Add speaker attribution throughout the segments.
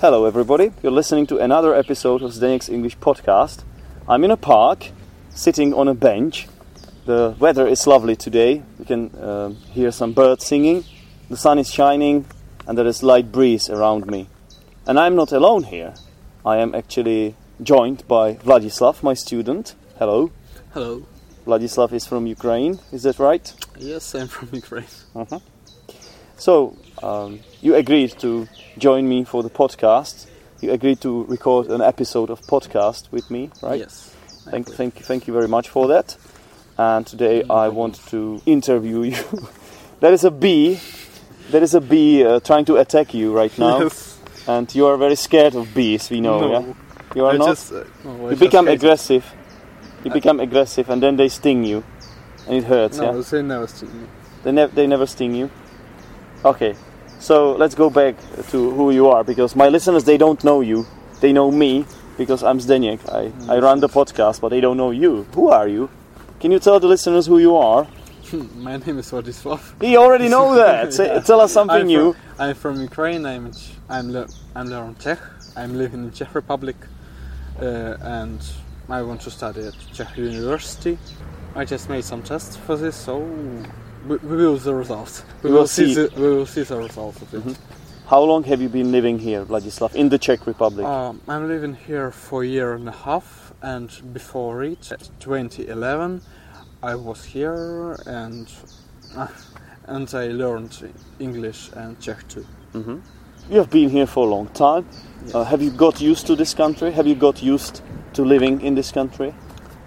Speaker 1: Hello, everybody. You're listening to another episode of Zdenek's English podcast. I'm in a park, sitting on a bench. The weather is lovely today. You can um hear some birds singing. The sun is shining, and there is light breeze around me. And I'm not alone here. I am actually joined by Vladislav, my student. Hello.
Speaker 2: Hello.
Speaker 1: Vladislav is from Ukraine. Is that right?
Speaker 2: Yes, I'm from Ukraine.
Speaker 1: Mm-hmm. So, um, you agreed to join me for the podcast. You agreed to record an episode of podcast with me, right?
Speaker 2: Yes. I
Speaker 1: Thank,
Speaker 2: agree.
Speaker 1: thank, thank you very much for that. And today I want to interview you. there is a bee. There is a bee uh, trying to attack you Um, right now,
Speaker 3: Yes.
Speaker 1: and you are very scared of bees. We know,
Speaker 3: No.
Speaker 1: yeah. You are
Speaker 3: I
Speaker 1: not.
Speaker 3: just, uh,
Speaker 2: No, I
Speaker 1: you
Speaker 2: just
Speaker 1: become
Speaker 2: hate-
Speaker 1: aggressive. You become aggressive, and then they sting you, and it hurts. yeah.
Speaker 2: No, they never sting me.
Speaker 1: They, nev- they never sting you. Okay, so let's go back to who you are because my listeners they don't know you. They know me because I'm Zdeněk. I, I run the podcast, but they don't know you. Who are you? Can you tell the listeners who you are?
Speaker 2: Hmm, My name is Vladislav.
Speaker 1: He already know that. Say-
Speaker 2: Yeah.
Speaker 1: Tell us something
Speaker 2: I'm
Speaker 1: new.
Speaker 2: From, I'm from Ukraine. I'm in Ch- I'm le- I'm learning Czech. I'm living in Czech Republic, uh, and I want to study at Czech University. I just made some tests for this, so we, we will the results. We,
Speaker 1: will
Speaker 2: will see.
Speaker 1: see. Mm-hmm.
Speaker 2: The, we will see the results of it.
Speaker 1: How long have you been living here, Vladislav, in the Czech Republic?
Speaker 2: Um, I'm living here for a year and a half, and before it, at 2011, I was here and and I learned English and Czech too.
Speaker 1: Mm-hmm. you have been here for a long time. Uh, have you got used to this country? Have you got used to living in this country?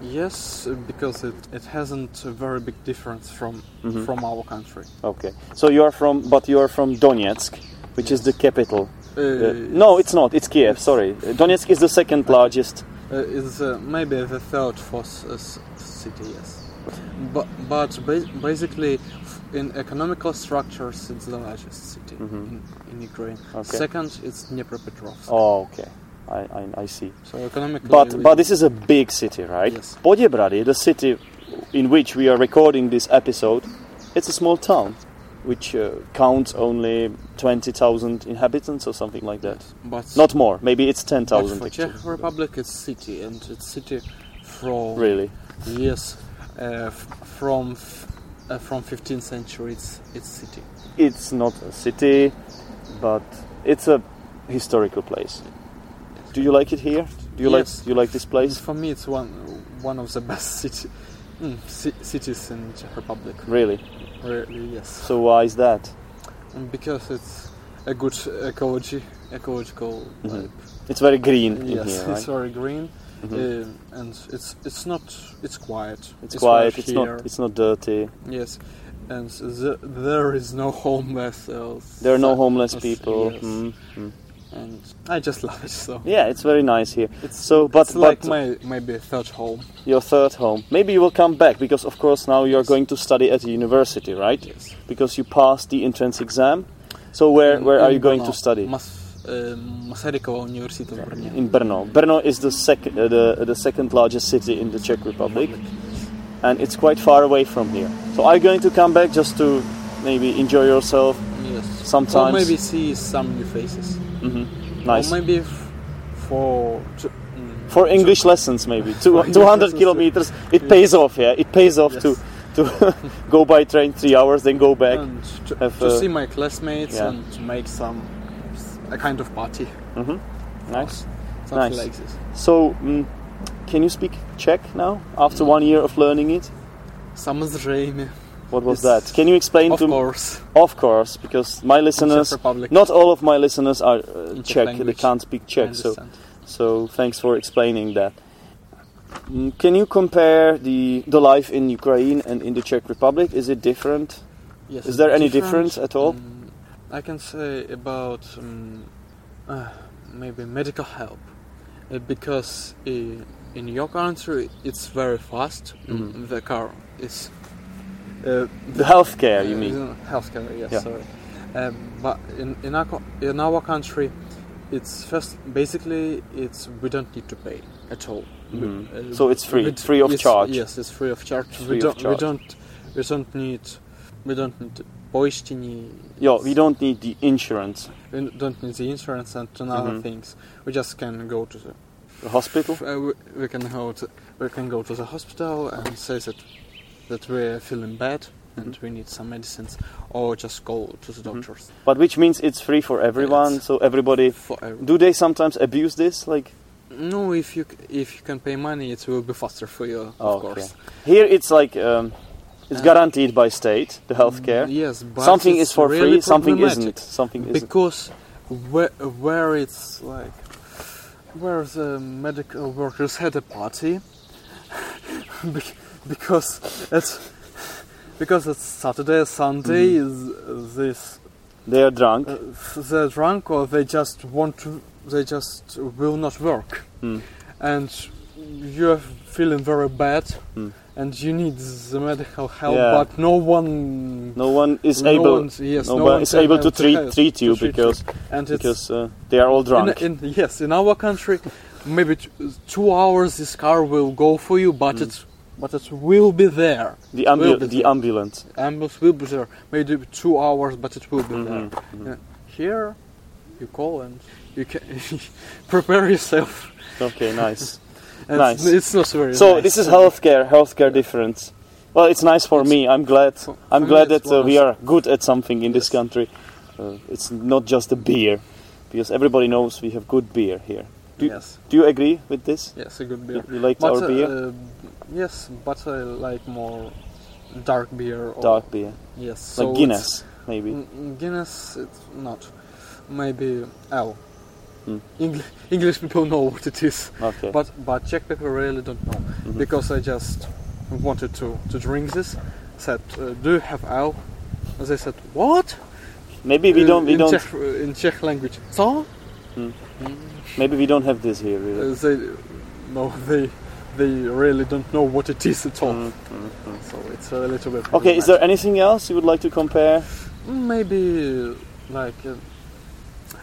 Speaker 2: Yes, because it, it hasn't a very big difference from from our country.
Speaker 1: Okay. So you are from, but you are from Donetsk, which is the capital.
Speaker 2: Uh,
Speaker 1: Uh, no, it's not. It's Kiev. Sorry, Uh, Donetsk is the second largest.
Speaker 2: uh, it's uh, maybe the third fourth uh, s- city. Yes, but but ba- basically, f- in economical structures, it's the largest city in, in Ukraine.
Speaker 1: Okay.
Speaker 2: Second, it's Dnepropetrovsk.
Speaker 1: Oh, okay. I, I, I see.
Speaker 2: So economically,
Speaker 1: But
Speaker 2: we-
Speaker 1: but this is a big city, right?
Speaker 2: Yes.
Speaker 1: Podjebrady, the city in which we are recording this episode, it's a small town, which uh, counts only twenty thousand inhabitants or something like that.
Speaker 2: but
Speaker 1: Not more. Maybe it's ten
Speaker 2: but
Speaker 1: thousand.
Speaker 2: for Czech Republic, it's city and it's city from
Speaker 1: Really?
Speaker 2: yes uh, f- from f- uh, from 15th century. It's it's city.
Speaker 1: it's not a city, but it's a historical place. Do you like it here? Do you
Speaker 2: Yes.
Speaker 1: like you like this place?
Speaker 2: For me, it's one one of the best city mm, ci- cities in Czech Republic.
Speaker 1: Really?
Speaker 2: Really, yes,
Speaker 1: So why is that?
Speaker 2: And because it's a good ecology, ecological.
Speaker 1: Mhm.
Speaker 2: Like,
Speaker 1: It's very green in
Speaker 2: yes,
Speaker 1: here, right?
Speaker 2: it's very green,
Speaker 1: Mhm.
Speaker 2: uh, and it's it's not it's quiet.
Speaker 1: It's quiet.
Speaker 2: very
Speaker 1: It's
Speaker 2: here.
Speaker 1: not. It's not dirty.
Speaker 2: Yes, and the, there is no homeless. Uh,
Speaker 1: There are no
Speaker 2: so-
Speaker 1: homeless
Speaker 2: yes,
Speaker 1: people.
Speaker 2: yes.
Speaker 1: Mm, mm.
Speaker 2: And I just love it so.
Speaker 1: Yeah, it's very nice here.
Speaker 2: It's
Speaker 1: So, but
Speaker 2: it's like
Speaker 1: but
Speaker 2: my maybe third home.
Speaker 1: your third home. Maybe you will come back because, of course, now you are going to study at the university, right?
Speaker 2: Yes.
Speaker 1: Because you passed the entrance exam. So where where are you going to study?
Speaker 2: Mas, uh, Masarykova University of Brno.
Speaker 1: in Brno. Brno is the, sec- uh, the, the second largest city in the Czech Republic, and it's quite far away from here. So, are you going to come back just to maybe enjoy yourself?
Speaker 2: Yes.
Speaker 1: Sometimes-
Speaker 2: Or maybe see some new faces.
Speaker 1: Mm-hmm. Nice.
Speaker 2: Or maybe f- for. To, mm,
Speaker 1: For English lessons, maybe two,
Speaker 2: For English
Speaker 1: 200
Speaker 2: lessons,
Speaker 1: kilometers. It pays off, yeah. It pays off
Speaker 2: Yes.
Speaker 1: to to go by train three hours, then go back.
Speaker 2: and to,
Speaker 1: have,
Speaker 2: to
Speaker 1: uh,
Speaker 2: see my classmates
Speaker 1: yeah.
Speaker 2: and to make some a kind of party,
Speaker 1: Mm-hmm. Nice.
Speaker 2: something
Speaker 1: Nice.
Speaker 2: like this.
Speaker 1: So, mm, can you speak Czech now after
Speaker 2: Mm.
Speaker 1: one year of learning it?
Speaker 2: Samozřejmě,
Speaker 1: What was
Speaker 2: Yes.
Speaker 1: that? Can you explain
Speaker 2: of
Speaker 1: to me?
Speaker 2: course.
Speaker 1: Of course, because my listeners,
Speaker 2: Republic.
Speaker 1: not all of my listeners are uh,
Speaker 2: Czech
Speaker 1: Czech. They
Speaker 2: language.
Speaker 1: can't speak
Speaker 2: I
Speaker 1: Czech, so
Speaker 2: understand.
Speaker 1: so thanks for explaining that. Mm, Can you compare the the life in Ukraine and in the Czech Republic? Is it different?
Speaker 2: Yes,
Speaker 1: Is there any difference at all?
Speaker 2: Um, I can say about um, uh, maybe medical help uh, because uh, in your country it's very fast.
Speaker 1: Mhm.
Speaker 2: The car is uh,
Speaker 1: The healthcare, you
Speaker 2: uh,
Speaker 1: mean?
Speaker 2: the Healthcare, yes,
Speaker 1: Yeah.
Speaker 2: sorry. Um, but in in our, co- in our country, it's first basically it's we don't need to pay at all. We-
Speaker 1: Mhm.
Speaker 2: uh,
Speaker 1: So it's free,
Speaker 2: we d-
Speaker 1: free of
Speaker 2: it's-
Speaker 1: charge.
Speaker 2: Yes, it's free of charge.
Speaker 1: It's free
Speaker 2: we
Speaker 1: of
Speaker 2: don't we
Speaker 1: charge.
Speaker 2: don't we don't need we don't need poistini.
Speaker 1: Yo, we don't need the insurance.
Speaker 2: We don't need the insurance and and other
Speaker 1: Mhm.
Speaker 2: things. We just can go to the
Speaker 1: The hospital?
Speaker 2: uh, we, we can go to we can go to the hospital and say that that we're feeling bad and
Speaker 1: Mm-hmm.
Speaker 2: we need some medicines, or just go to the
Speaker 1: Mhm.
Speaker 2: doctors
Speaker 1: But which means it's free for everyone,
Speaker 2: Yes.
Speaker 1: so everybody.
Speaker 2: for every-
Speaker 1: Do they sometimes abuse this? Like
Speaker 2: No, if you c- if you can pay money, it will be faster for you, of
Speaker 1: Oh,
Speaker 2: course.
Speaker 1: here, it's like um, it's
Speaker 2: Uh,
Speaker 1: guaranteed by state the healthcare.
Speaker 2: Mm, Yes, but
Speaker 1: something
Speaker 2: it's
Speaker 1: is for
Speaker 2: really
Speaker 1: free, something
Speaker 2: problematic
Speaker 1: isn't. Something isn't.
Speaker 2: Because where, where it's like where the medical workers had a party, be- because it's because it's Saturday, Sunday,
Speaker 1: Mm-hmm.
Speaker 2: is this
Speaker 1: They are drunk.
Speaker 2: uh, they're drunk or they just want to they just will not work
Speaker 1: Mm.
Speaker 2: and you're feeling very bad
Speaker 1: Mm.
Speaker 2: and you need the medical help
Speaker 1: Yeah.
Speaker 2: but no one
Speaker 1: No one is
Speaker 2: no
Speaker 1: able.
Speaker 2: one's- yes,
Speaker 1: no
Speaker 2: no
Speaker 1: one
Speaker 2: one
Speaker 1: is
Speaker 2: can
Speaker 1: able
Speaker 2: help
Speaker 1: to treat
Speaker 2: help.
Speaker 1: treat you
Speaker 2: to treat you.
Speaker 1: because
Speaker 2: and it's
Speaker 1: because uh, they are all
Speaker 2: in,
Speaker 1: drunk.
Speaker 2: in, yes in our country maybe t- two hours this car will go for you but it's but it will be there
Speaker 1: Mm. the
Speaker 2: will
Speaker 1: ambu-
Speaker 2: be
Speaker 1: the
Speaker 2: there.
Speaker 1: ambulance.
Speaker 2: ambulance will be there maybe two hours but it will be there
Speaker 1: Mhm.
Speaker 2: Yeah. Here, you call and you can prepare yourself.
Speaker 1: Okay, nice.
Speaker 2: And
Speaker 1: Nice.
Speaker 2: It's not very.
Speaker 1: so
Speaker 2: nice.
Speaker 1: this is healthcare. Healthcare difference. Well, it's nice for
Speaker 2: It's-
Speaker 1: me. I'm glad.
Speaker 2: for-
Speaker 1: I'm
Speaker 2: for me
Speaker 1: glad
Speaker 2: it's
Speaker 1: that uh, we
Speaker 2: worse.
Speaker 1: are good at something in this country. Uh, it's not just the beer, because everybody knows we have good beer here. Do-
Speaker 2: yes,
Speaker 1: Do you agree with this?
Speaker 2: yes, a good
Speaker 1: You,
Speaker 2: beer.
Speaker 1: you liked
Speaker 2: But
Speaker 1: our
Speaker 2: uh,
Speaker 1: beer,
Speaker 2: uh, yes, but I like more dark beer. Or,
Speaker 1: dark beer,
Speaker 2: Yes, oh. so
Speaker 1: like
Speaker 2: it's-
Speaker 1: Guinness, maybe.
Speaker 2: Mm, Guinness, it's not. Maybe ale.
Speaker 1: Hmm.
Speaker 2: Engl- English people know what it is,
Speaker 1: okay.
Speaker 2: but but Czech people really don't know
Speaker 1: Mhm.
Speaker 2: because I just wanted to to drink this. Said, uh, do you have ale? And they said, what?
Speaker 1: maybe we
Speaker 2: Uh,
Speaker 1: don't. We
Speaker 2: in
Speaker 1: don't.
Speaker 2: Czech, uh, in Czech language. So
Speaker 1: Maybe we don't have this here. Really.
Speaker 2: uh, they no they they really don't know what it is at all.
Speaker 1: Mm, mm, mm.
Speaker 2: So it's a little bit.
Speaker 1: Okay. Is there anything else you would like to compare?
Speaker 2: maybe like a,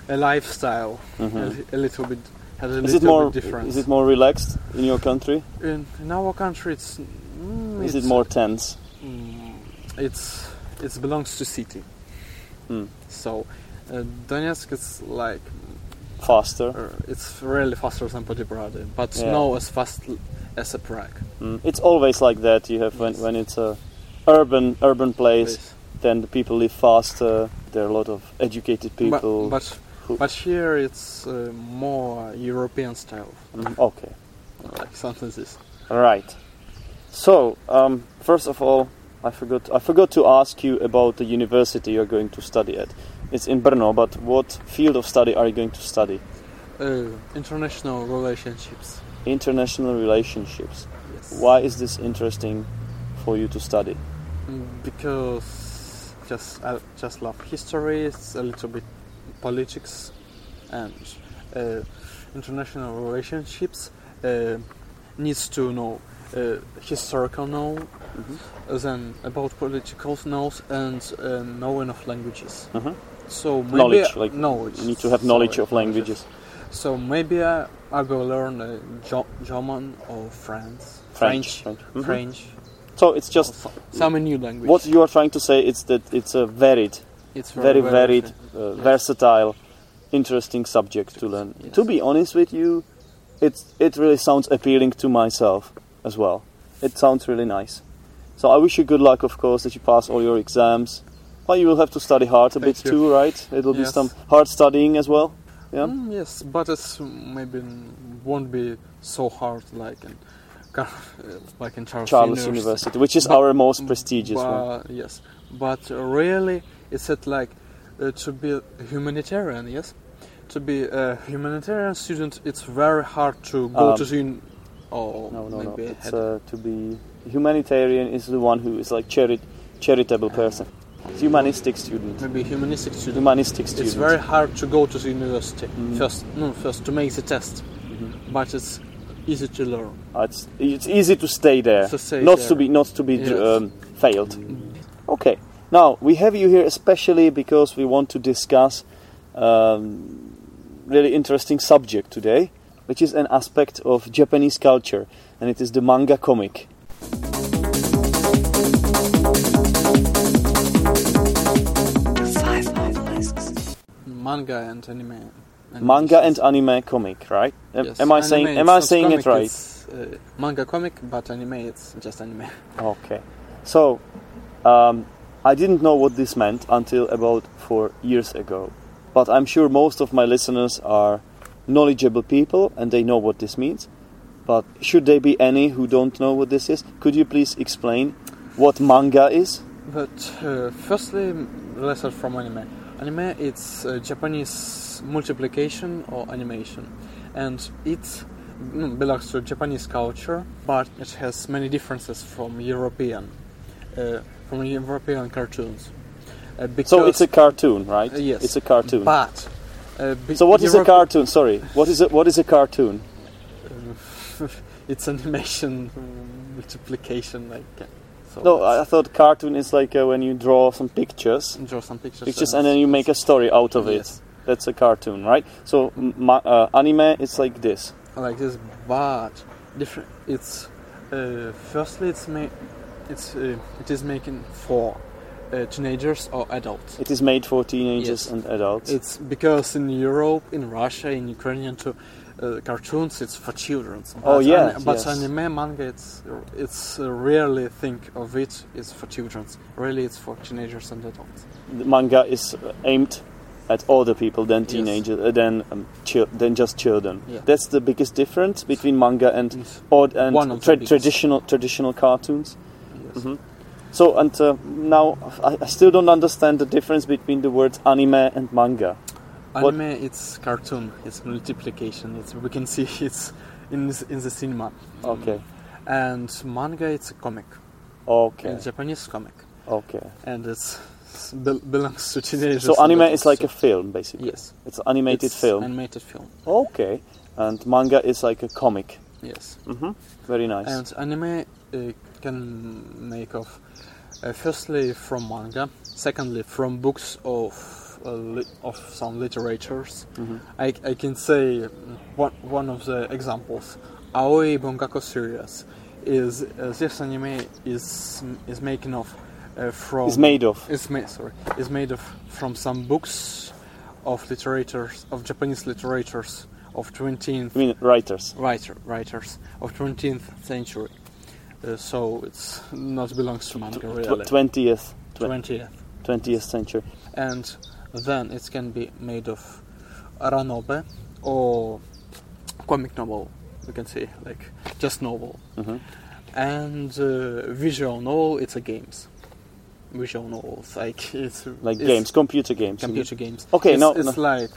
Speaker 2: a lifestyle
Speaker 1: Mhm.
Speaker 2: a, a little bit had a
Speaker 1: Is
Speaker 2: little
Speaker 1: it more?
Speaker 2: bit different?
Speaker 1: Is it more relaxed in your country?
Speaker 2: in, in our country? It's mm,
Speaker 1: Is it
Speaker 2: it's-
Speaker 1: more tense?
Speaker 2: mm, it's it belongs to city.
Speaker 1: Mm.
Speaker 2: So uh, Donetsk is like
Speaker 1: Faster.
Speaker 2: uh, it's really faster than Podbrady, but
Speaker 1: Yeah.
Speaker 2: no as fast l- as a Prague.
Speaker 1: Mm. It's always like that. You have when,
Speaker 2: Yes.
Speaker 1: when it's a urban urban place,
Speaker 2: Yes.
Speaker 1: then the people live faster. There are a lot of educated
Speaker 2: But-
Speaker 1: people.
Speaker 2: But
Speaker 1: who-
Speaker 2: but, here it's uh, more European style,
Speaker 1: Mm, Okay.
Speaker 2: like something this.
Speaker 1: Right. So, um, first of all, I forgot I forgot to ask you about the university you're going to study at. It's in Brno, but what field of study are you going to study?
Speaker 2: Uh, international relationships.
Speaker 1: International relationships.
Speaker 2: Yes.
Speaker 1: Why is this interesting for you to study?
Speaker 2: Mm, Because just I just love history. It's a little bit politics and uh, international relationships. Uh, needs to know uh, historical know,
Speaker 1: Mhm.
Speaker 2: uh, then about political knows and uh, knowing of languages.
Speaker 1: Mhm.
Speaker 2: So maybe
Speaker 1: Knowledge, like,
Speaker 2: knowledge.
Speaker 1: You need to have knowledge
Speaker 2: sorry,
Speaker 1: of languages.
Speaker 2: So maybe I, I will learn uh, Ge- German or France.
Speaker 1: French.
Speaker 2: French.
Speaker 1: Mhm.
Speaker 2: French.
Speaker 1: So it's just
Speaker 2: or so- some new language.
Speaker 1: what you are trying to say. It's that it's a varied,
Speaker 2: It's
Speaker 1: very varied, uh,
Speaker 2: Yes.
Speaker 1: versatile, interesting subject to learn. To be honest with you, it it really sounds appealing to myself as well. It sounds really nice. So I wish you good luck, of course, that you pass all your exams. Well, you will have to study hard a
Speaker 2: Thank
Speaker 1: bit
Speaker 2: you.
Speaker 1: too, right? It'll be
Speaker 2: Yes.
Speaker 1: some hard studying as well. Yeah.
Speaker 2: Mm, yes, but it's maybe won't be so hard like in Car- uh, like in Charles,
Speaker 1: Charles University. which is
Speaker 2: But-
Speaker 1: our most prestigious one.
Speaker 2: But- Yes, but really, it's at like uh, to be humanitarian. Yes, to be a humanitarian student, it's very hard to go
Speaker 1: Um,
Speaker 2: to the. Un- oh,
Speaker 1: No, no, no.
Speaker 2: maybe I
Speaker 1: It's
Speaker 2: had-
Speaker 1: uh, to be humanitarian is the one who is like chari- charitable person. It's humanistic student.
Speaker 2: maybe humanistic student.
Speaker 1: Humanistic student.
Speaker 2: Ah. It's very hard to go to the university
Speaker 1: Mhm.
Speaker 2: first. No, first to make the test, but it's easy to learn.
Speaker 1: Uh, It's, it's easy to stay there,
Speaker 2: To stay
Speaker 1: not to
Speaker 2: there.
Speaker 1: be not to be dr-
Speaker 2: Yes.
Speaker 1: um, failed. Okay. Now we have you here especially because we want to discuss um, really interesting subject today, which is an aspect of Japanese culture, and it is the manga comic.
Speaker 2: manga and anime. And
Speaker 1: Manga and anime comic, right? Am,
Speaker 2: Yes,
Speaker 1: am I
Speaker 2: anime,
Speaker 1: saying
Speaker 2: it's
Speaker 1: am I
Speaker 2: not
Speaker 1: saying
Speaker 2: comic,
Speaker 1: it right?
Speaker 2: It's, uh, manga comic, but anime it's just anime.
Speaker 1: Okay. So, um, I didn't know what this meant until about four years ago. But I'm sure most of my listeners are knowledgeable people and they know what this means. But should there be any who don't know what this is, could you please explain what manga is?
Speaker 2: But uh, firstly, let's start from anime. Anime it's uh, Japanese multiplication or animation, and it mm, belongs to Japanese culture, but it has many differences from European, uh, from European cartoons. Uh, because,
Speaker 1: So it's a cartoon, right?
Speaker 2: Uh, yes.
Speaker 1: It's a cartoon.
Speaker 2: But uh, be-
Speaker 1: so what is a
Speaker 2: Europe-
Speaker 1: cartoon? Sorry, what is a, what is a cartoon?
Speaker 2: it's animation um, multiplication, like uh, so.
Speaker 1: No, I I
Speaker 2: it's-
Speaker 1: thought cartoon is like uh, when you draw some pictures,
Speaker 2: draw some pictures.
Speaker 1: pictures, and then you make a story out of it.
Speaker 2: Yes.
Speaker 1: That's a cartoon, right? So m- ma- uh, anime, it's like this.
Speaker 2: like this, but different. It's uh, firstly, it's ma- it's uh, it is making for uh, teenagers or adults.
Speaker 1: It is made for teenagers
Speaker 2: Yes.
Speaker 1: and adults.
Speaker 2: It's because in Europe, in Russia, in Ukrainian too, uh, cartoons it's for children.
Speaker 1: Oh, yes,
Speaker 2: but
Speaker 1: yes.
Speaker 2: anime manga it's it's uh, rarely think of it is for children. Really, it's for teenagers and adults.
Speaker 1: the manga is aimed at older people than
Speaker 2: Yes.
Speaker 1: teenagers, uh, than um, chil- than just children.
Speaker 2: Yeah.
Speaker 1: That's the biggest difference between manga and
Speaker 2: Yes.
Speaker 1: odd and
Speaker 2: One of the
Speaker 1: tra-
Speaker 2: biggest. Mm-hmm.
Speaker 1: traditional traditional cartoons.
Speaker 2: Yes.
Speaker 1: Mhm. So and uh, now I, I still don't understand the difference between the words anime and manga.
Speaker 2: Mm-hmm.
Speaker 1: What-
Speaker 2: Anime it's cartoon, it's multiplication. It's we can see it's in s- in the cinema.
Speaker 1: Okay,
Speaker 2: And manga it's a comic,
Speaker 1: okay,
Speaker 2: a Japanese comic,
Speaker 1: okay.
Speaker 2: and it's, it's bel- belongs to teenagers.
Speaker 1: So
Speaker 2: and
Speaker 1: anime
Speaker 2: adults.
Speaker 1: is like a film, basically.
Speaker 2: yes
Speaker 1: It's an animated
Speaker 2: it's
Speaker 1: film.
Speaker 2: Animated film.
Speaker 1: okay, and manga is like a comic.
Speaker 2: Yes.
Speaker 1: hmm Very nice.
Speaker 2: And anime uh, can make of uh, firstly from manga, secondly from books of uh, li- of some literatures.
Speaker 1: Mhm.
Speaker 2: I, I can say mm, one, one of the examples. Aoi Bongako series is uh, this anime is is making of uh, from
Speaker 1: It's made of.
Speaker 2: is made sorry is made of from some books of literatures of Japanese literatures of 20th
Speaker 1: I mean, writers.
Speaker 2: writer writers of 20th century. Uh, so it's not belongs to manga really.
Speaker 1: Twentieth,
Speaker 2: 20th.
Speaker 1: twentieth century.
Speaker 2: And then it can be made of ranobe or comic novel. You can say like just novel.
Speaker 1: Mhm.
Speaker 2: And uh, visual novel. It's a games. Visual novels like it's
Speaker 1: Like
Speaker 2: it's
Speaker 1: games, computer games. Mm-hmm.
Speaker 2: computer games.
Speaker 1: Okay,
Speaker 2: it's,
Speaker 1: no,
Speaker 2: it's
Speaker 1: no.
Speaker 2: like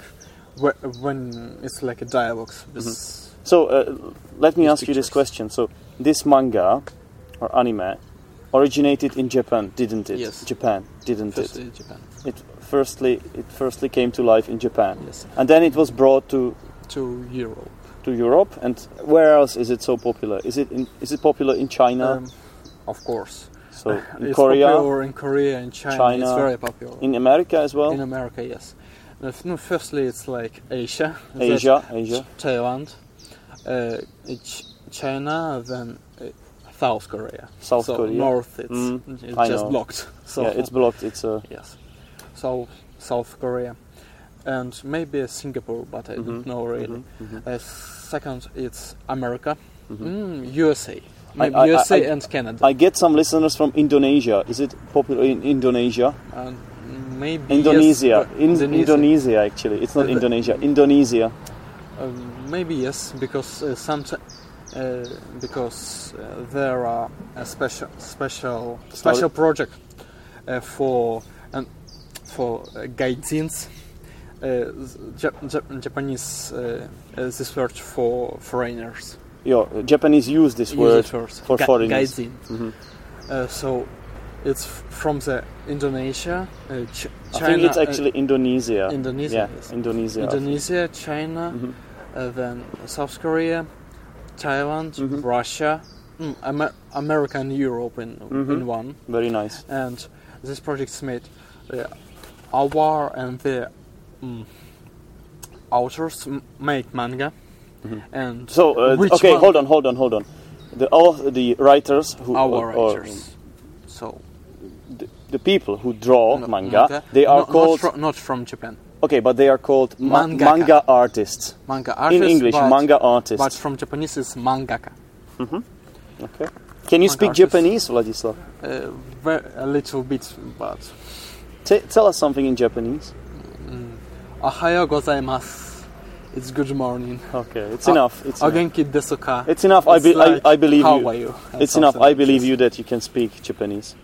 Speaker 2: wh- when it's like a dialogue. with-
Speaker 1: So uh, let me
Speaker 2: With
Speaker 1: ask you this
Speaker 2: pictures.
Speaker 1: question. So this manga or anime originated in Japan, didn't it?
Speaker 2: Yes.
Speaker 1: Japan, didn't
Speaker 2: Firstly,
Speaker 1: it?
Speaker 2: Japan.
Speaker 1: It firstly, it firstly came to life in Japan,
Speaker 2: Yes,
Speaker 1: and then it was brought to
Speaker 2: to Europe.
Speaker 1: to Europe. And where else is it so popular? Is it in, is it popular in China?
Speaker 2: Um, of course.
Speaker 1: so in
Speaker 2: it's
Speaker 1: Korea,
Speaker 2: popular in Korea and China. It's
Speaker 1: China,
Speaker 2: very popular.
Speaker 1: in America as well.
Speaker 2: In America, yes. No, f- no, firstly, it's like Asia.
Speaker 1: Asia,
Speaker 2: that's
Speaker 1: Asia.
Speaker 2: Thailand. Uh, Ch- China, then uh, South Korea.
Speaker 1: South
Speaker 2: so
Speaker 1: Korea.
Speaker 2: North, it's,
Speaker 1: Mm,
Speaker 2: it's
Speaker 1: I
Speaker 2: just
Speaker 1: know.
Speaker 2: blocked. So,
Speaker 1: yeah, it's blocked. It's uh, a
Speaker 2: Yes. So, South Korea. And maybe Singapore, but I
Speaker 1: Mhm,
Speaker 2: don't know really.
Speaker 1: mhm,
Speaker 2: Uh, second, it's America.
Speaker 1: mhm.
Speaker 2: Mm, USA. Maybe
Speaker 1: I- I-
Speaker 2: USA
Speaker 1: I-
Speaker 2: and Canada.
Speaker 1: Mm-hmm. I get some listeners from Indonesia. Is it popular in Indonesia?
Speaker 2: And maybe
Speaker 1: Indonesia.
Speaker 2: yes, but-
Speaker 1: in, Indonesia. actually. It's not
Speaker 2: Uh,
Speaker 1: Indonesia. Indonesia.
Speaker 2: Um, maybe yes, because uh, sometimes uh, because uh, there are a special special special project uh, for and for uh, gaijins. Uh, Jap- Jap- Japanese uh, is this word for foreigners.
Speaker 1: Yo, Japanese use this
Speaker 2: Use
Speaker 1: word.
Speaker 2: this word.
Speaker 1: for
Speaker 2: Ga-
Speaker 1: foreigners.
Speaker 2: Gaijin.
Speaker 1: Mhm.
Speaker 2: Uh, so it's f- from the Indonesia, uh, Ch- China,
Speaker 1: I think it's
Speaker 2: uh,
Speaker 1: actually Indonesia.
Speaker 2: Indonesia.
Speaker 1: Yeah,
Speaker 2: yes.
Speaker 1: Indonesia. I think.
Speaker 2: Indonesia, China,
Speaker 1: Mhm.
Speaker 2: uh, then South Korea, Thailand,
Speaker 1: Mhm.
Speaker 2: Russia, mm, Amer- America and Europe in, in
Speaker 1: Mhm.
Speaker 2: one.
Speaker 1: Very nice.
Speaker 2: And this project's made uh, Awar and the mm, authors m- make manga.
Speaker 1: Mhm.
Speaker 2: And
Speaker 1: So, uh,
Speaker 2: Which
Speaker 1: okay,
Speaker 2: one?
Speaker 1: hold on, hold on, hold on. The all the writers who
Speaker 2: our
Speaker 1: or- or
Speaker 2: writers. So
Speaker 1: the, the people who draw
Speaker 2: no,
Speaker 1: oh, manga, they
Speaker 2: No,
Speaker 1: are
Speaker 2: not
Speaker 1: called
Speaker 2: fro- not from Japan.
Speaker 1: Okay, but they are called ma-
Speaker 2: Mangaka.
Speaker 1: manga artists.
Speaker 2: Manga artist.
Speaker 1: In English,
Speaker 2: but,
Speaker 1: manga artists.
Speaker 2: But from Japanese, it's mangaka.
Speaker 1: Okay. Can you
Speaker 2: Manga
Speaker 1: speak
Speaker 2: artists.
Speaker 1: Japanese, Vladislav?
Speaker 2: Uh, ver- a little bit, but.
Speaker 1: T- tell us something in Japanese.
Speaker 2: Ohayo gozaimasu. It's good morning.
Speaker 1: Okay, it's
Speaker 2: Ah,
Speaker 1: enough. It's
Speaker 2: O
Speaker 1: enough.
Speaker 2: genki desu ka?
Speaker 1: Uh, It's enough. I,
Speaker 2: It's
Speaker 1: be-
Speaker 2: like,
Speaker 1: I, I believe
Speaker 2: how
Speaker 1: you.
Speaker 2: are you? And
Speaker 1: It's enough.
Speaker 2: something
Speaker 1: I
Speaker 2: like
Speaker 1: believe
Speaker 2: this.
Speaker 1: you that you can speak Japanese.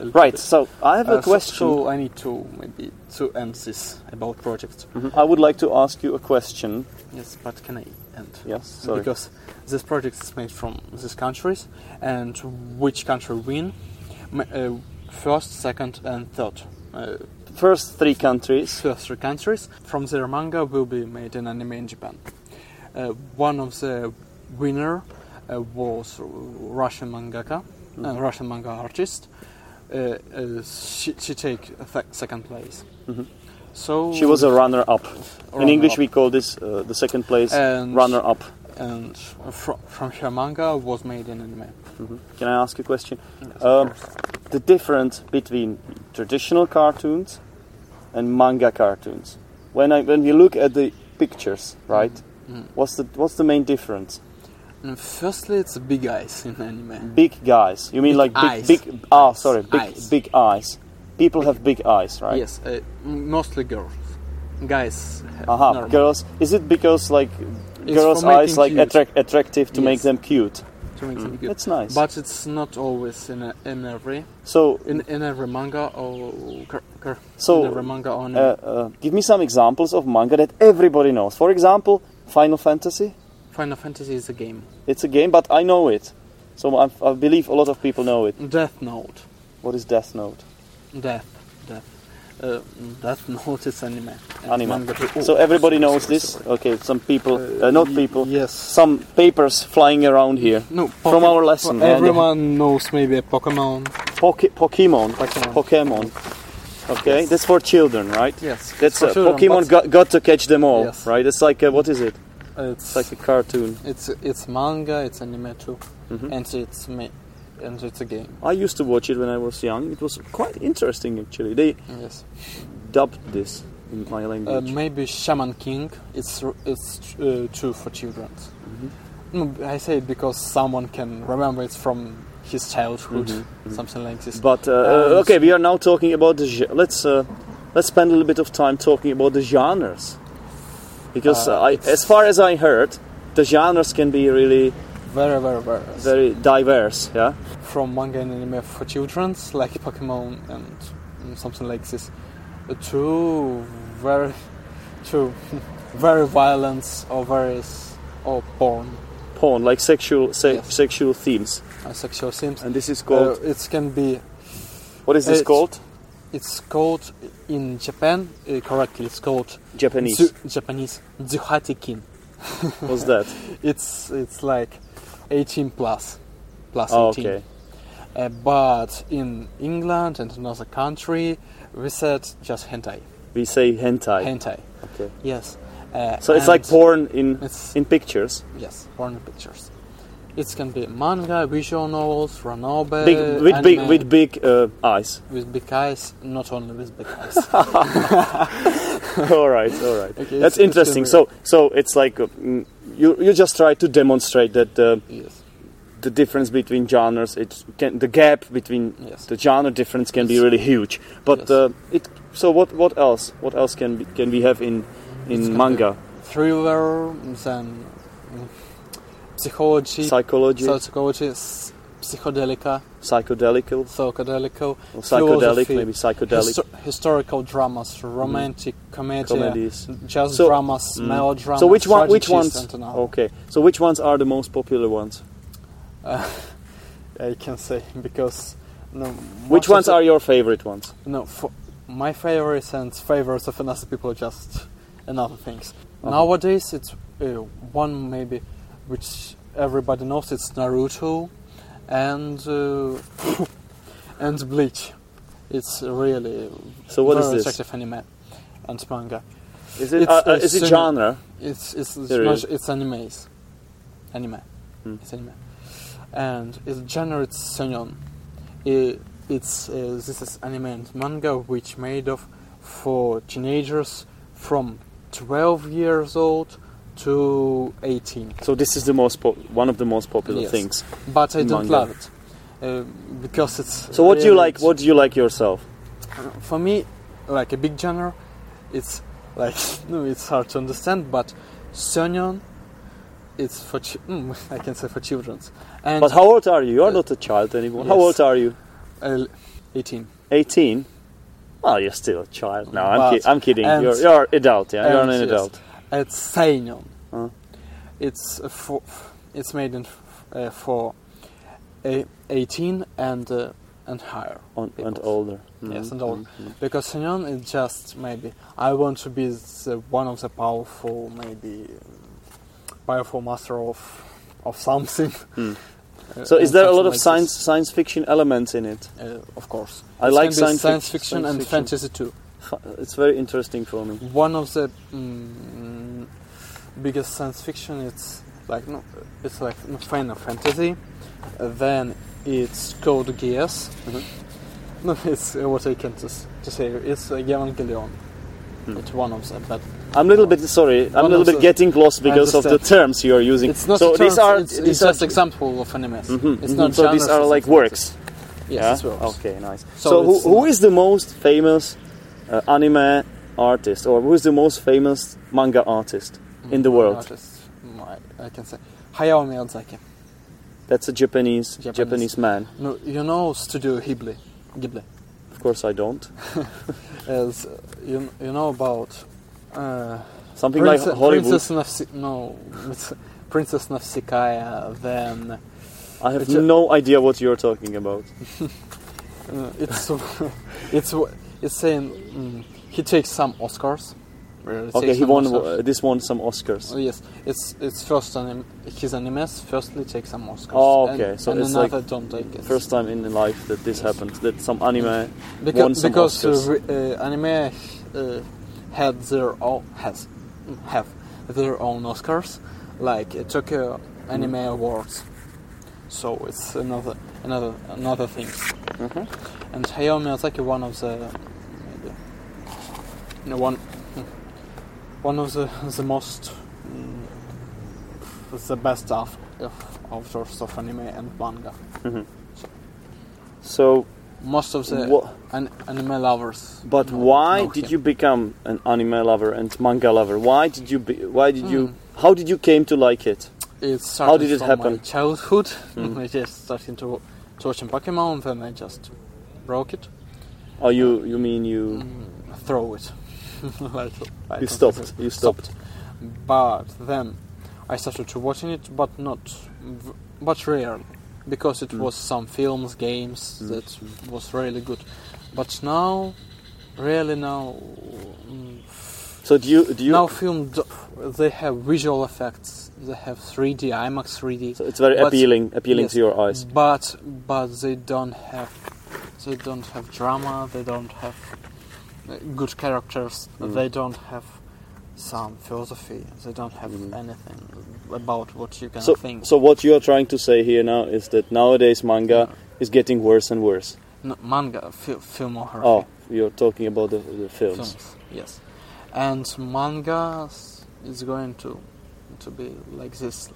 Speaker 2: A little
Speaker 1: Right.
Speaker 2: bit.
Speaker 1: So I have
Speaker 2: Uh,
Speaker 1: a
Speaker 2: so-
Speaker 1: question.
Speaker 2: So I need to maybe two emphasis about projects.
Speaker 1: Mhm. I would like to ask you a question.
Speaker 2: Yes, but can I end?
Speaker 1: Yes. Sorry.
Speaker 2: Because this project is made from these countries, and which country win? M- Uh, first, second, and third. Uh,
Speaker 1: First three countries.
Speaker 2: first three countries from their manga will be made an anime in Japan. Uh, one of the winner uh, was Russian mangaka,
Speaker 1: Mm-hmm.
Speaker 2: uh, Russian manga artist. Uh, uh, she, she take a sec- second place.
Speaker 1: Mhm.
Speaker 2: So
Speaker 1: She was a runner-up. In
Speaker 2: runner-up.
Speaker 1: English, we call this uh, the second place
Speaker 2: And-
Speaker 1: runner-up.
Speaker 2: and fr- from her manga was made an anime.
Speaker 1: Mhm. Can I ask you a question?
Speaker 2: Yes,
Speaker 1: Um,
Speaker 2: of course.
Speaker 1: The difference between traditional cartoons and manga cartoons. When I when you look at the pictures, right?
Speaker 2: Mm.
Speaker 1: What's the what's the main difference?
Speaker 2: And firstly, it's big eyes in anime.
Speaker 1: Big guys. You mean
Speaker 2: Big
Speaker 1: like big
Speaker 2: eyes.
Speaker 1: big ah sorry, big
Speaker 2: Eyes.
Speaker 1: big eyes. People have big eyes, right?
Speaker 2: Yes, uh, m- mostly girls. Guys, have
Speaker 1: Aha,
Speaker 2: normal.
Speaker 1: Uh-huh. girls. Is it because like
Speaker 2: It's
Speaker 1: girls'
Speaker 2: for making
Speaker 1: eyes like
Speaker 2: cute.
Speaker 1: attract, attractive to make
Speaker 2: Yes.
Speaker 1: them cute?
Speaker 2: to make them good.
Speaker 1: Mm. That's nice.
Speaker 2: But it's not always in, a, in every
Speaker 1: so,
Speaker 2: in, in every manga or cur- cur-
Speaker 1: So,
Speaker 2: in every manga or
Speaker 1: uh, uh, give me some examples of manga that everybody knows. For example, Final Fantasy.
Speaker 2: Final Fantasy is a game.
Speaker 1: It's a game, but I know it, so I, I believe a lot of people know it.
Speaker 2: Death Note,
Speaker 1: What is Death Note?
Speaker 2: Death, Death, uh, Death Note is anime. and
Speaker 1: Anime.
Speaker 2: manga too.
Speaker 1: so
Speaker 2: Oh,
Speaker 1: everybody
Speaker 2: sorry,
Speaker 1: knows
Speaker 2: sorry,
Speaker 1: this.
Speaker 2: sorry.
Speaker 1: Okay, some people, uh, not
Speaker 2: y-
Speaker 1: people.
Speaker 2: Yes.
Speaker 1: Some papers flying around here.
Speaker 2: no.
Speaker 1: from
Speaker 2: Poke-
Speaker 1: our lesson, yeah,
Speaker 2: everyone knows maybe a Pokemon.
Speaker 1: Poke- Pokemon.
Speaker 2: Pokemon.
Speaker 1: Pokemon. Okay,
Speaker 2: Yes.
Speaker 1: that's for children, right?
Speaker 2: Yes.
Speaker 1: That's
Speaker 2: for
Speaker 1: uh,
Speaker 2: children,
Speaker 1: Pokemon
Speaker 2: but
Speaker 1: got, got to catch them all, right?
Speaker 2: Yes.
Speaker 1: It's like uh what is it?
Speaker 2: It's
Speaker 1: It's like a cartoon.
Speaker 2: it's it's manga. It's anime too,
Speaker 1: Mhm.
Speaker 2: and it's ma- and it's a game.
Speaker 1: I used to watch it when I was young. It was quite interesting actually. They
Speaker 2: Yes.
Speaker 1: dubbed this in my
Speaker 2: Uh,
Speaker 1: language.
Speaker 2: maybe Shaman King. It's r- it's uh, true for children.
Speaker 1: Mhm.
Speaker 2: No, I say it because someone can remember it from his childhood,
Speaker 1: Mhm, mhm.
Speaker 2: something like this.
Speaker 1: but uh,
Speaker 2: and-
Speaker 1: uh, okay, we are now talking about the. ge- Let's uh, let's spend a little bit of time talking about the genres, because
Speaker 2: Uh,
Speaker 1: uh, I,
Speaker 2: it's-
Speaker 1: as far as I heard, the genres can be really
Speaker 2: very, very, very,
Speaker 1: very diverse. Yeah.
Speaker 2: from manga and anime for children, like Pokemon and mm, something like this, uh, to very, to very violence or very s- or porn,
Speaker 1: porn, like sexual se-
Speaker 2: Yes.
Speaker 1: sexual themes.
Speaker 2: uh, sexual sims.
Speaker 1: And this is called
Speaker 2: Uh, it can be.
Speaker 1: what is this
Speaker 2: it's-
Speaker 1: called?
Speaker 2: It's called in Japan uh, correctly. It's called
Speaker 1: Japanese.
Speaker 2: Zu- Japanese Zuhatikin.
Speaker 1: What's that? Ah,
Speaker 2: It's it's like 18 plus, plus
Speaker 1: oh,
Speaker 2: 18.
Speaker 1: okay.
Speaker 2: Uh, but in England and another country, we said just hentai.
Speaker 1: We say hentai.
Speaker 2: Hentai.
Speaker 1: okay.
Speaker 2: Yes. Uh,
Speaker 1: So it's
Speaker 2: and
Speaker 1: like porn in
Speaker 2: It's
Speaker 1: in pictures.
Speaker 2: yes, porn pictures. It can be manga, visual novels, ranobe,
Speaker 1: Big with big
Speaker 2: Uh, anime,
Speaker 1: with big uh, eyes.
Speaker 2: with big eyes, not only with big eyes.
Speaker 1: all right, all right.
Speaker 2: Okay,
Speaker 1: That's
Speaker 2: it's- it's
Speaker 1: interesting. So
Speaker 2: gonna
Speaker 1: so it's like uh, mm, you you just try to demonstrate that uh,
Speaker 2: yes,
Speaker 1: the difference between genres. It can the gap between
Speaker 2: yes.
Speaker 1: the genre difference can be
Speaker 2: Yes.
Speaker 1: really huge. But
Speaker 2: Yes.
Speaker 1: uh, it so what what else? What else can we, can we have in
Speaker 2: It's
Speaker 1: in
Speaker 2: gonna
Speaker 1: manga?
Speaker 2: Thriller, then mm, psychology,
Speaker 1: Psychology,
Speaker 2: psychology, s- psychedelica,
Speaker 1: psychedelical,
Speaker 2: psychedelical,
Speaker 1: or psychedelic,
Speaker 2: philosophy,
Speaker 1: maybe psychedelic
Speaker 2: histo- historical dramas, romantic comedy,
Speaker 1: comedies.
Speaker 2: jazz
Speaker 1: Mm. So-
Speaker 2: dramas,
Speaker 1: Mm.
Speaker 2: melodramas.
Speaker 1: So which one? Which
Speaker 2: tragedies,
Speaker 1: ones? oh.
Speaker 2: and another.
Speaker 1: Okay. So which ones are the most popular ones?
Speaker 2: Uh, I can say because no.
Speaker 1: Which
Speaker 2: most of
Speaker 1: ones
Speaker 2: the-
Speaker 1: are your favorite ones?
Speaker 2: no? For, my favorites and favorites of another people are just another things.
Speaker 1: Uh-huh.
Speaker 2: Nowadays, it's uh, one maybe which everybody knows. It's Naruto and uh, and Bleach. It's really
Speaker 1: So what
Speaker 2: very
Speaker 1: is this?
Speaker 2: attractive anime and manga.
Speaker 1: Is it
Speaker 2: It's
Speaker 1: uh, uh,
Speaker 2: a
Speaker 1: is it
Speaker 2: sing-
Speaker 1: genre?
Speaker 2: It's it's it's,
Speaker 1: There
Speaker 2: not,
Speaker 1: is.
Speaker 2: it's animes, anime.
Speaker 1: Hmm.
Speaker 2: It's anime, and its genre is seinen. I- it's uh, this is anime and manga which made of for teenagers from 12 years old to 18.
Speaker 1: So this is the most po- one of the most popular
Speaker 2: Yes.
Speaker 1: things.
Speaker 2: But I don't
Speaker 1: Manga.
Speaker 2: love it uh, because it's.
Speaker 1: So what do you
Speaker 2: really-
Speaker 1: like? What do you like yourself?
Speaker 2: For me, like a big genre, it's like no, it's hard to understand. But Sonyon, it's for chi- mm, I can say for children's. And
Speaker 1: But how old are you? You are
Speaker 2: Uh,
Speaker 1: not a child anymore. How
Speaker 2: yes.
Speaker 1: old are you?
Speaker 2: uh, 18.
Speaker 1: 18. Well, you're still a child. No, I'm,
Speaker 2: But-
Speaker 1: ki- I'm kidding.
Speaker 2: and-
Speaker 1: You're you're adult. Yeah, you're
Speaker 2: and
Speaker 1: an
Speaker 2: yes.
Speaker 1: adult.
Speaker 2: It's Seinen.
Speaker 1: Huh.
Speaker 2: It's uh, for, it's made in f- uh, for a- 18 and uh, and higher.
Speaker 1: On, and
Speaker 2: Because-
Speaker 1: older.
Speaker 2: Yes,
Speaker 1: Mhm,
Speaker 2: and older.
Speaker 1: mhm.
Speaker 2: Because Seinen is just maybe I want to be the, one of the powerful maybe uh, powerful master of of something.
Speaker 1: Mm.
Speaker 2: Uh,
Speaker 1: So is
Speaker 2: and
Speaker 1: there a lot
Speaker 2: something
Speaker 1: of
Speaker 2: like
Speaker 1: science
Speaker 2: this.
Speaker 1: science fiction elements in it?
Speaker 2: Uh, of course,
Speaker 1: I
Speaker 2: It
Speaker 1: like
Speaker 2: can be
Speaker 1: science fic-
Speaker 2: science fiction
Speaker 1: science
Speaker 2: and
Speaker 1: fiction.
Speaker 2: fantasy too.
Speaker 1: F- It's very interesting for me.
Speaker 2: one of the mm, biggest science fiction it's like no it's like no, final fantasy Uh, then it's code geass
Speaker 1: Mhm.
Speaker 2: no it's uh, what i can just to say it's uh, evangelion
Speaker 1: Hmm.
Speaker 2: it's one of them but
Speaker 1: I'm a little bit sorry. I'm a
Speaker 2: One
Speaker 1: little
Speaker 2: of
Speaker 1: bit
Speaker 2: the-
Speaker 1: getting lost because of the
Speaker 2: understand.
Speaker 1: terms you are using.
Speaker 2: it's not
Speaker 1: so
Speaker 2: a term,
Speaker 1: these are
Speaker 2: it's, it's
Speaker 1: these
Speaker 2: just
Speaker 1: are,
Speaker 2: example of animes
Speaker 1: Mhm,
Speaker 2: it's
Speaker 1: mhm.
Speaker 2: not
Speaker 1: so these
Speaker 2: genres,
Speaker 1: are
Speaker 2: it's
Speaker 1: like
Speaker 2: something.
Speaker 1: works.
Speaker 2: yes
Speaker 1: yeah?
Speaker 2: it's works
Speaker 1: Okay, nice. So,
Speaker 2: So
Speaker 1: who,
Speaker 2: it's
Speaker 1: who
Speaker 2: not-
Speaker 1: is the most famous uh, anime artist, or who is the most famous manga artist in the
Speaker 2: Mm,
Speaker 1: world?
Speaker 2: artists, mm, I, I can say hayao miyazaki
Speaker 1: That's a Japanese, Japanese
Speaker 2: Japanese.
Speaker 1: man.
Speaker 2: no you know studio ghibli ghibli
Speaker 1: Of course, I don't.
Speaker 2: as uh, you, you know about uh,
Speaker 1: Something
Speaker 2: Prince-
Speaker 1: like Hollywood.
Speaker 2: Princess Nafsi- no, it's Princess Nafsikaya. Then
Speaker 1: I have
Speaker 2: it's a-
Speaker 1: no idea what you're talking about.
Speaker 2: uh, it's it's it's saying mm, he takes some Oscars. Really
Speaker 1: Okay,
Speaker 2: takes
Speaker 1: he
Speaker 2: some
Speaker 1: won.
Speaker 2: Oscars.
Speaker 1: Uh, this won some
Speaker 2: Oh,
Speaker 1: Oscars.
Speaker 2: yes, it's it's first anim- his animes. Firstly, take some Oscars.
Speaker 1: Oh,
Speaker 2: and-
Speaker 1: okay, so
Speaker 2: and
Speaker 1: it's like
Speaker 2: another don't take it.
Speaker 1: First time in life that this happened. That some anime.
Speaker 2: Beca-
Speaker 1: won some
Speaker 2: because
Speaker 1: Oscars.
Speaker 2: uh, re- uh, anime uh, had their own has have their own Oscars, like uh, Tokyo Anime
Speaker 1: Mm.
Speaker 2: Awards. So it's another another another thing.
Speaker 1: Mhm.
Speaker 2: And Hayao Miyazaki, one of the maybe, no, one hmm, one of the the most mm, the best of, of authors of anime and manga.
Speaker 1: Mhm. So,
Speaker 2: Most of the
Speaker 1: wha-
Speaker 2: an- anime lovers.
Speaker 1: but
Speaker 2: know-
Speaker 1: why
Speaker 2: know
Speaker 1: did
Speaker 2: him.
Speaker 1: you become an anime lover and manga lover? Why did you? Be, why did you?
Speaker 2: Hmm.
Speaker 1: How did you came to like it?
Speaker 2: It started
Speaker 1: did it
Speaker 2: from My
Speaker 1: happen?
Speaker 2: childhood.
Speaker 1: Mhm.
Speaker 2: I just started to, to watch Pokemon, then I just broke it,
Speaker 1: Oh,
Speaker 2: Hmm.
Speaker 1: you you mean you?
Speaker 2: mm, throw it. Like- I
Speaker 1: You
Speaker 2: don't
Speaker 1: stopped.
Speaker 2: think-
Speaker 1: You stopped.
Speaker 2: But then I started to watching it, but not, v- but rarely, because it
Speaker 1: Mm.
Speaker 2: was some films, games
Speaker 1: Mm.
Speaker 2: that was really good. But now, really now, mm,
Speaker 1: So do you do you?
Speaker 2: now film d- they have visual effects. They have 3D, IMAX 3D.
Speaker 1: so it's very
Speaker 2: but-
Speaker 1: appealing, appealing to
Speaker 2: yes.
Speaker 1: your eyes.
Speaker 2: But but they don't have they don't have drama. They don't have uh, good characters.
Speaker 1: Mm.
Speaker 2: They don't have some philosophy. They don't have
Speaker 1: Mm.
Speaker 2: anything about what you can
Speaker 1: So,
Speaker 2: think.
Speaker 1: so what you are trying to say here now is that nowadays manga is getting worse and worse.
Speaker 2: No, manga, fi- filmography,
Speaker 1: Oh, you're talking about the, the films.
Speaker 2: films, yes, and manga is going to to be like this.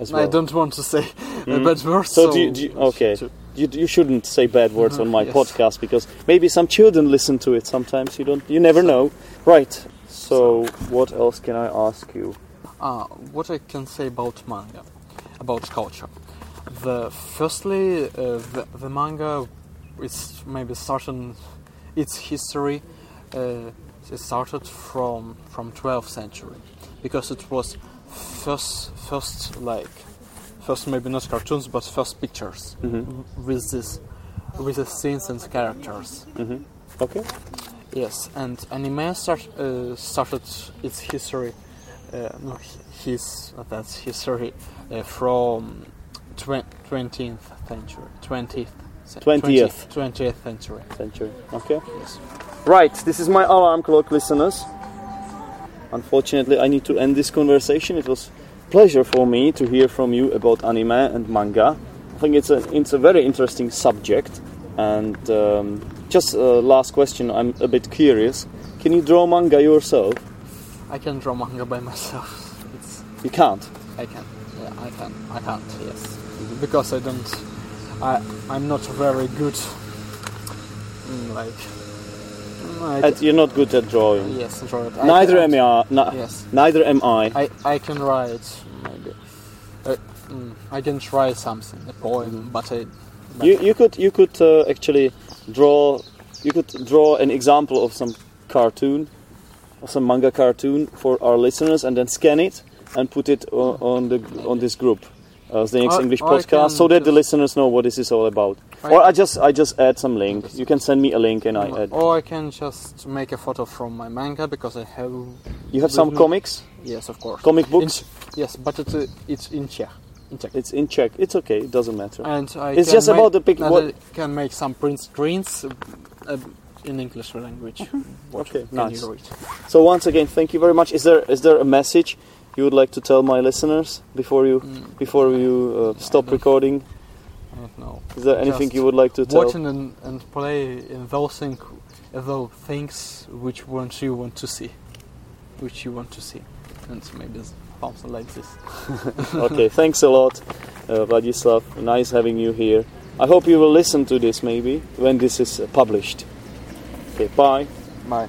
Speaker 1: as
Speaker 2: I
Speaker 1: well.
Speaker 2: don't want to say a
Speaker 1: Mm.
Speaker 2: bad word.
Speaker 1: So
Speaker 2: So,
Speaker 1: do you- do you- okay.
Speaker 2: to-
Speaker 1: You, you shouldn't say bad words
Speaker 2: Mhm,
Speaker 1: on my
Speaker 2: yes.
Speaker 1: podcast because maybe some children listen to it. Sometimes you don't. You never know. Right. So what else can I ask you?
Speaker 2: Uh, what I can say about manga, about culture. The firstly, uh, the, the manga is maybe starting its history. Uh, it started from from 12th century because it was first first like first maybe not cartoons but first pictures
Speaker 1: Mhm.
Speaker 2: with this with the scenes and characters.
Speaker 1: hmm Okay.
Speaker 2: Yes, and anime start, uh, started its history, uh, no, hi- his that's history uh, from twentieth century, twentieth,
Speaker 1: 20th.
Speaker 2: twentieth century.
Speaker 1: Century. Okay.
Speaker 2: Yes.
Speaker 1: Right. This is my alarm clock, listeners. Unfortunately, I need to end this conversation. It was pleasure for me to hear from you about anime and manga. I think it's a it's a very interesting subject. And um, just uh, last question. I'm a bit curious. Can you draw manga yourself?
Speaker 2: I can draw manga by myself. It's
Speaker 1: You can't.
Speaker 2: I can. Yeah, I can. I can't. Yes, because I don't. I I'm not very good. mm, Like. mm, I
Speaker 1: At, you're not good at drawing.
Speaker 2: yes, draw it. I
Speaker 1: Neither
Speaker 2: can-
Speaker 1: am I. na-
Speaker 2: Yes.
Speaker 1: Neither am I.
Speaker 2: I, I can write maybe uh, mm, I can try something a poem but I but
Speaker 1: Mm-hmm. You, you could you could uh, actually draw you could draw an example of some cartoon, of some manga cartoon for our listeners, and then scan it and put it on, on the on this group, uh, the next
Speaker 2: Or-
Speaker 1: English
Speaker 2: or I
Speaker 1: podcast, so
Speaker 2: can
Speaker 1: that the
Speaker 2: just-
Speaker 1: listeners know what this is all about.
Speaker 2: I
Speaker 1: or I
Speaker 2: can-
Speaker 1: just I just add some link. You can send me a link, and I add.
Speaker 2: mm, or I can just make a photo from my manga because I have
Speaker 1: You have some
Speaker 2: written-
Speaker 1: comics,
Speaker 2: yes of course
Speaker 1: comic
Speaker 2: In-
Speaker 1: books.
Speaker 2: yes but it's uh, it's in Czech in Czech
Speaker 1: It's in Czech. It's okay. It doesn't matter.
Speaker 2: and I
Speaker 1: It's
Speaker 2: can
Speaker 1: just
Speaker 2: make-
Speaker 1: about the pic-
Speaker 2: and
Speaker 1: what-
Speaker 2: I can make some print screens uh, uh, in English language what
Speaker 1: Mm-hmm. Okay,
Speaker 2: can
Speaker 1: nice.
Speaker 2: you read
Speaker 1: So once again, thank you very much. Is there is there a message you would like to tell my listeners before you
Speaker 2: Mm.
Speaker 1: before you uh, stop
Speaker 2: don't-
Speaker 1: recording?
Speaker 2: I don't know
Speaker 1: Is there anything
Speaker 2: Just
Speaker 1: you would like to tell?
Speaker 2: watching and, and play in those things, those things which ones you want to see, which you want to see, and so maybe it's something like this.
Speaker 1: okay, thanks a lot, uh, Vladislav. Nice having you here. I hope you will listen to this maybe when this is uh, published. Okay, bye.
Speaker 2: Bye.